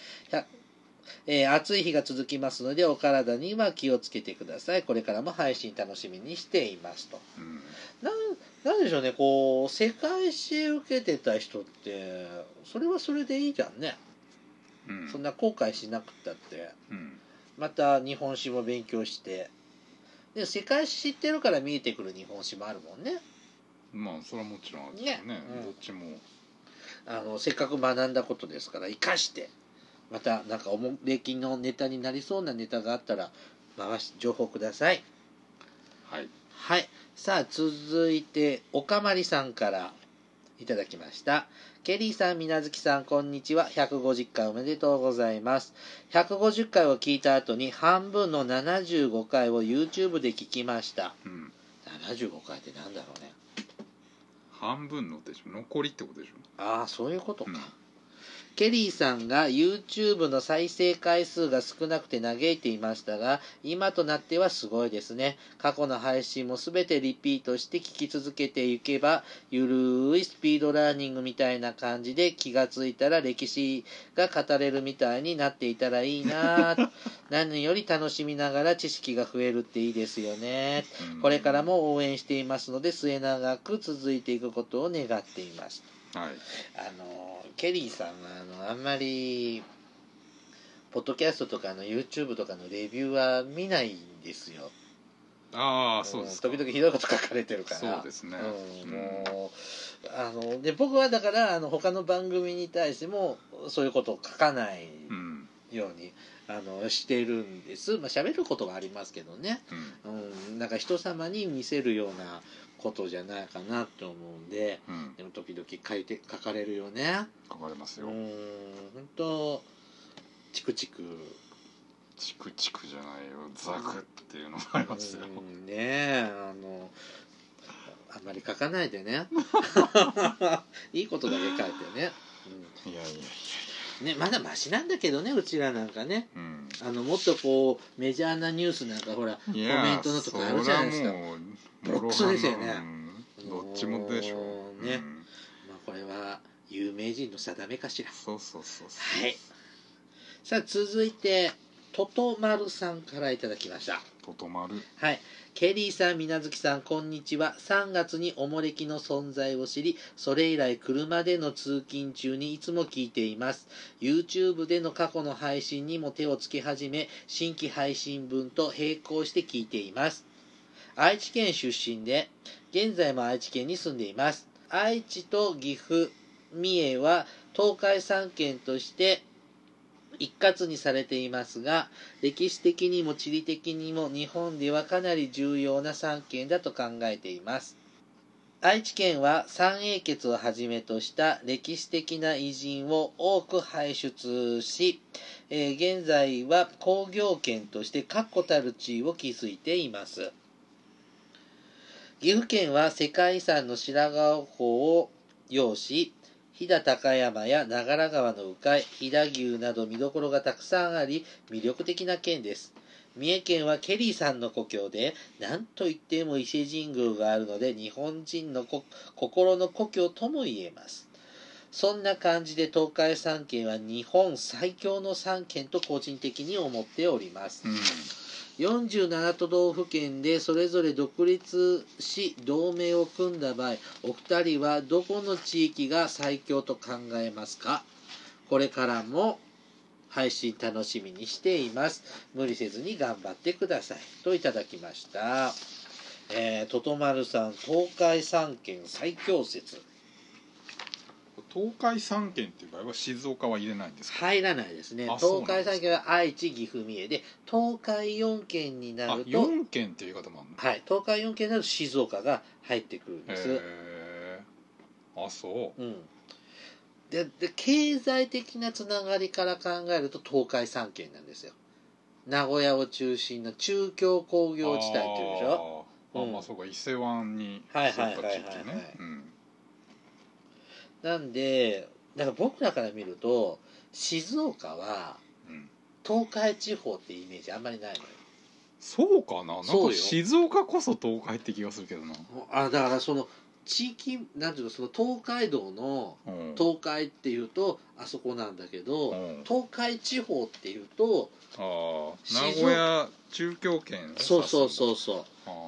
S1: えー暑い日が続きますのでお体には気をつけてくださいこれからも配信楽しみにしていますと
S2: うん
S1: なんなんでしょうねこう世界史受けてた人ってそれはそれでいいじゃんね、
S2: うん
S1: そんな後悔しなくったって
S2: うん
S1: また日本史も勉強してで世界史知ってるから見えてくる日本史もあるもんね
S2: まあそれはもちろんあるでしょうね
S1: ねうん
S2: どっちも
S1: あのせっかく学んだことですから生かしてまたなんかおもれきのネタになりそうなネタがあったら回し情報ください
S2: はい
S1: はい。さあ、続いて、おかまりさんからいただきました。ケリーさん、みなずきさん、こんにちは。150回おめでとうございます。150回を聞いた後に、半分の75回を YouTube で聞きました。
S2: うん
S1: 75回ってなんだろうね。
S2: 半分のでしょ残りってことでしょ
S1: ああ、そういうことか。
S2: うん
S1: ケリーさんが YouTube の再生回数が少なくて嘆いていましたが、今となってはすごいですね。過去の配信も全てリピートして聞き続けていけば、ゆるいスピードラーニングみたいな感じで気がついたら歴史が語れるみたいになっていたらいいな ぁ何より楽しみながら知識が増えるっていいですよね。
S2: うん
S1: これからも応援していますので、末永く続いていくことを願っています。
S2: はい
S1: あのケリーさんはあのあんまりポッドキャストとかの YouTube とかのレビューは見ないんですよ
S2: ああそうですか
S1: ん時々ひどいこと書かれてるから
S2: そうですね
S1: うんもうあので僕はだからあの他の番組に対してもそういうことを書かない
S2: うん
S1: ように、あのしてるんですまあ喋ることはありますけどね、
S2: うん
S1: うん、なんか人様に見せるようなことじゃないかなと思うんで
S2: うん
S1: でも時々書いて書かれるよね
S2: 書かれます
S1: う
S2: よ
S1: ーん本当チクチク
S2: チクチクじゃないよザクっていうのもありますよ
S1: うーんねえあのあんまり書かないで ねいいことだけ書いてね、
S2: いやいやいや
S1: うん、ねまだマシなんだけどねうちらなんかね
S2: うん
S1: あのもっとこうメジャーなニュースなんかほら
S2: いや
S1: コメントのとこあるじゃないですか
S2: それはもう
S1: ボックスですよね
S2: うんどっちもでしょ
S1: もうねまあこれは有名人の定めかし
S2: う
S1: ら
S2: んそうそうそうそう
S1: はいさあ続いてととまるさんからいただきました
S2: ととまる
S1: はい。ケリーさん、みなずきさん、こんにちは。3月におもれきの存在を知り、それ以来車での通勤中にいつも聞いています。YouTube での過去の配信にも手をつけ始め、新規配信分と並行して聞いています。愛知県出身で、現在も愛知県に住んでいます。愛知と岐阜、三重は東海3県として一括にされていますが、歴史的にも地理的にも日本ではかなり重要な3県だと考えています愛知県は三英傑をはじめとした歴史的な偉人を多く輩出し、えー現在は工業県として確固たる地位を築いています岐阜県は世界遺産の白川湖を擁し飛騨高山や長良川の鵜飼飛騨牛など見どころがたくさんあり魅力的な県です三重県はケリーさんの故郷で何といっても伊勢神宮があるので日本人のこ心の故郷とも言えますそんな感じで東海3県は日本最強の3県と個人的に思っております
S2: うん
S1: 47都道府県でそれぞれ独立し同盟を組んだ場合お二人はどこの地域が最強と考えますかこれからも配信楽しみにしています無理せずに頑張ってくださいといただきましたえーととまるさん東海三県最強説
S2: 東海3県っていう場合は静岡は入れないんですか
S1: 入らないですね
S2: あそう
S1: 東
S2: な
S1: 海
S2: んですか
S1: 三県は愛知岐阜三重で東海四県にな
S2: あ
S1: ると
S2: 4県っていう言い方もあるの
S1: はい、東海4県など静岡が入ってくるんです、
S2: へえあそう
S1: うん、でで経済的なつながりから考えると東海3県なんですよ名古屋を中心の中京工業地帯っていうでしょ
S2: あーあ
S1: うん
S2: まあそうか伊勢湾に
S1: はいはいはいはいはい
S2: 沿った地域ねうん
S1: なんでだから僕らから見ると静岡は
S2: うん
S1: 東海地方ってイメージあんまりないのよ
S2: そうかななん
S1: そう
S2: か
S1: よ
S2: 静岡こそ東海って気がするけどな
S1: あだからその地域なんていうのその東海道の
S2: うん
S1: 東海っていうとあそこなんだけど、
S2: うん
S1: 東海地方っていうと
S2: あー
S1: 静岡
S2: 名古屋中京圏
S1: そうそうそううそ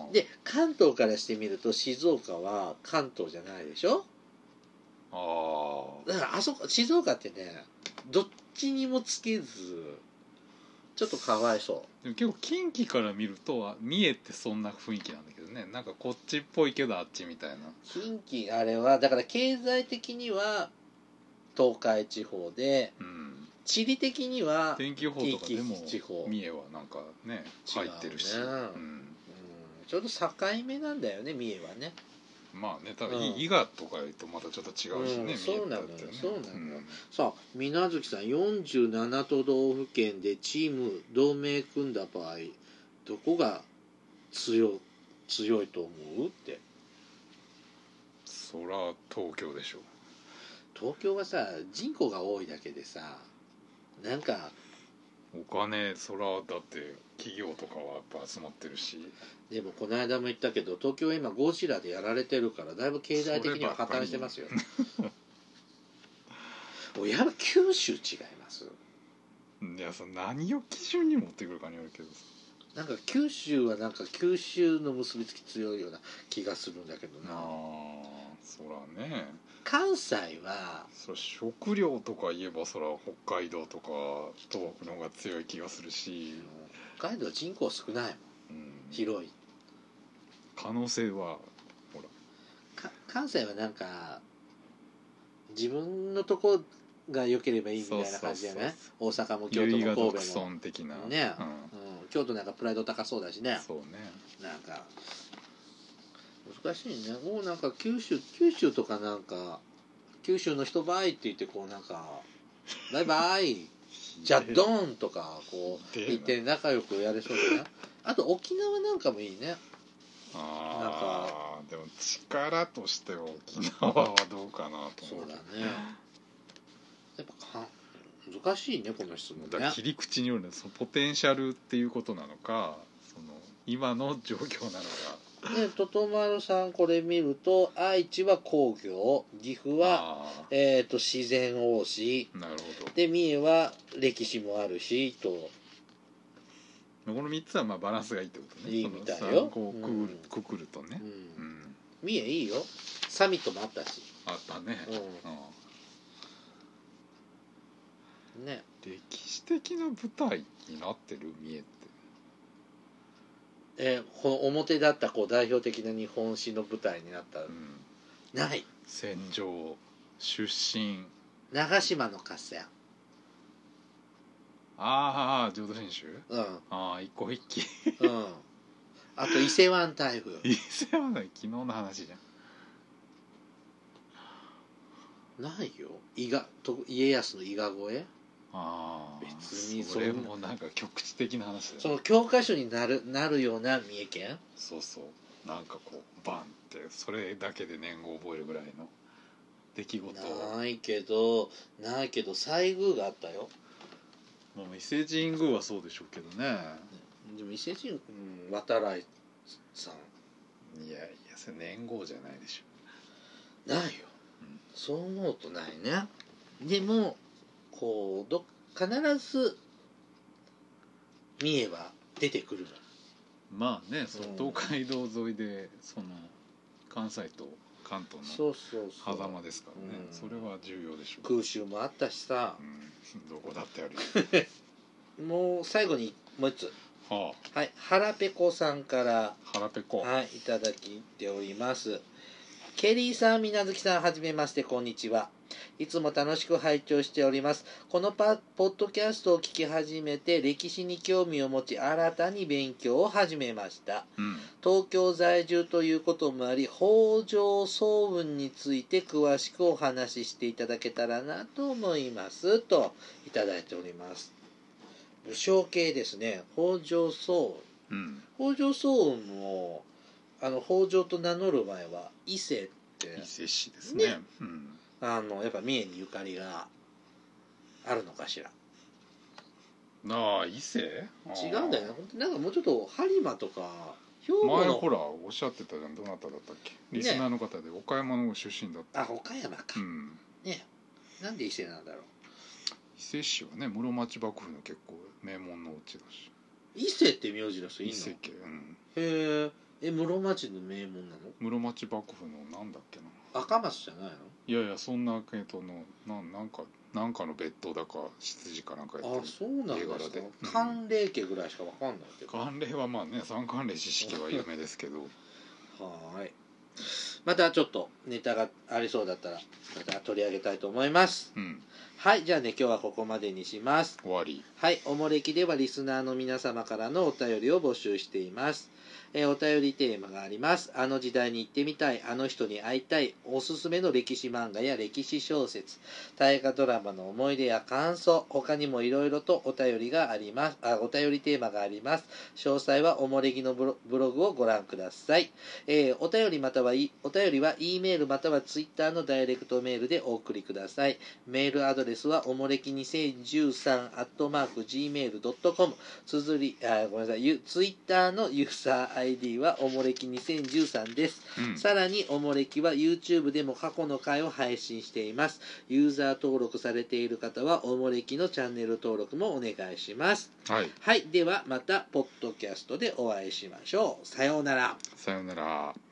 S1: う
S2: で
S1: で関東からしてみると静岡は関東じゃないでしょ
S2: あー
S1: だからあそこ静岡ってねどっちにもつけずちょっとかわいそ
S2: でも結構近畿から見るとあ三重ってそんな雰囲気なんだけどねなんかこっちっぽいけどあっちみたいな
S1: う近畿あれはだから経済的には東海地方で
S2: うん
S1: 地理的には、うん、
S2: 天気予報とかでも
S1: 近畿地方
S2: 三重はなんかね
S1: 違う
S2: 入
S1: ね
S2: ってるし、うん
S1: ちょっと境目なんだよね三重はね
S2: まあねただ
S1: うん
S2: 伊伊賀とかよりとまたちょっと違うしね、
S1: うん
S2: 三重だったらね
S1: そうなのよそうなのよ
S2: ん
S1: さあ水月さん47都道府県でチーム同盟組んだ場合どこが強強いと思うって
S2: そら東京でしょ
S1: 東京はさ人口が多いだけでさなんか
S2: お金そらだって企業とかはやっぱ集まってるし
S1: でもこの間も言ったけど東京は今ゴジラでやられてるからだいぶ経済的には破綻してますよ おやっぱ九州違います
S2: いやその何を基準に持ってくるかによるけど
S1: なんか九州はなんか九州の結びつき強いような気がするんだけど
S2: な
S1: な
S2: あそらね
S1: 関西は
S2: そら食料とか言えばそら北海道とか東北の方が強い気がするし、
S1: 北海道は人口少ないもん
S2: うん
S1: 広い
S2: 可能性はほら
S1: か関西はなんか自分のとこが良ければいいみたいな感じだよね大阪も京
S2: 結
S1: 都
S2: 伊賀
S1: も
S2: 独
S1: 神戸も、
S2: 尊的な
S1: ねうん、京都なんかプライド高そうだし
S2: う
S1: ね
S2: ん、そうね
S1: なんか難しいねもうなんか九州九州とかなんか九州の人ばいって言ってこうなんか「バイバ イじゃあドーン!」とかこう
S2: で
S1: 言って仲良くやれそうだねあと沖縄なんかもいいね
S2: ああでも力としては沖縄はどうかなと
S1: そ
S2: 思
S1: う
S2: う
S1: だね。やっぱか難しいねこの質問
S2: だか
S1: ね
S2: ら。切り口によるねそのポテンシャルっていうことなのかその今の状況なのか
S1: でととまるさんこれ見ると愛知は工業岐阜は
S2: あ
S1: えっ、と自然多し
S2: ーなるほど
S1: で三重は歴史もあるしと
S2: この3つはまあバランスがいいってことね
S1: いいみたいよ
S2: そのさこうく
S1: うん
S2: くる,、くくるとね
S1: う、、
S2: うんん、
S1: 三重いいよサミットもあったし、
S2: あったね、
S1: う
S2: うん
S1: ん、ね
S2: 歴史的な舞台になってる三重って
S1: えーこの表だったこう代表的な日本史の舞台になった、
S2: うん
S1: ない
S2: 戦場出身
S1: 長島の合戦
S2: ああ浄土真宗
S1: うんうん
S2: ああ一個一揆
S1: あと伊勢湾台風
S2: 伊勢湾だ昨日の話じゃん
S1: ないよ伊賀と家康の伊賀越え
S2: ああ
S1: 別に
S2: そ
S1: そんな
S2: れもなんか局地的な話だ
S1: そ
S2: よ
S1: の教科書になるなるような三重県
S2: そうそうなんかこうバンってそれだけで年号を覚えるぐらいの出来事
S1: ないけどないけど西宮があったよ
S2: もう伊勢神宮はそうでしょうけどね
S1: でも伊勢神宮、うん、渡来さん
S2: いやいやそれ年号じゃないでし
S1: ないよ、
S2: うん
S1: そう思うとないねでもこうど必ず三重は出てくるの
S2: ょまあねその
S1: うん
S2: 東海道沿いでその関西と関東の
S1: そうそうそう
S2: 狭間ですからね、
S1: うん
S2: それは重要でしょう、
S1: 空襲もあったしさ
S2: うん、どこだってあるよ
S1: もう最後にもう一つ
S2: は
S1: はい腹ペコさんから
S2: あ腹ペコ
S1: はいいただきておりますケリーさん、みなずきさん、はじめまして、こんにちは。いつも楽しく拝聴しております。このパポッドキャストを聞き始めて、歴史に興味を持ち、新たに勉強を始めました。
S2: うん
S1: 東京在住ということもあり北条早雲について詳しくお話ししていただけたらなと思いますといただいております武将系ですね北条早
S2: うん
S1: 雲北条早雲もあの北条と名乗る前は伊勢って
S2: 伊勢市ですね
S1: ね
S2: うん、
S1: あのやっぱ三重にゆかりがあるのかしら
S2: なあ伊勢
S1: 違うんだよね
S2: あ
S1: 本当なんかもうちょっと播磨とか兵
S2: あ
S1: 庫
S2: 前
S1: の
S2: ほらおっしゃってたじゃんどなただったっけリスナーの方で岡山の出身だった、
S1: あ岡山か、
S2: うん
S1: ねなんで伊勢なんだろう
S2: 伊勢市はね室町幕府の結構名門のうちだし
S1: 伊勢って名字の人いん
S2: 伊
S1: の
S2: 勢家、うん、
S1: へーえ室町の名門なの
S2: 室町幕府のなんだっけな
S1: 赤松じゃない
S2: いやいやそんな系統のなんなんかなんかの別当だか羊かなんかやって
S1: の
S2: る
S1: あそうなん
S2: 絵
S1: で
S2: 柄
S1: すか
S2: でうん
S1: 寒冷家ぐらいしかわかんないけどは
S2: 関連はまあね三関連知識は有名ですけど
S1: ーいまたちょっとネタがありそうだったらまた取り上げたいと思います
S2: うん
S1: はいじゃあね今日はここまでにします
S2: 終わり
S1: はい、おもれきではリスナーの皆様からのお便りを募集しています。えーお便りテーマがあります。あの時代に行ってみたい、あの人に会いたい、おすすめの歴史漫画や歴史小説、大河ドラマの思い出や感想、他にもいろいろとお便りがあります、あ、お便りテーマがあります。詳細はおもれきのブロブログをご覧ください。えーお便りまたはい、お便りは E メールまたは Twitter のダイレクトメールでお送りください。メールアドレスはおもれき2013アットマーク Gmail.com つづりあごめんなさいゆツイッターのユーザー ID はおもれき2013です、
S2: うん
S1: さらにおもれきは YouTube でも過去の回を配信していますユーザー登録されている方はおもれきのチャンネル登録もお願いします
S2: はい
S1: はいではまたポッドキャストでお会いしましょうさようなら
S2: さようなら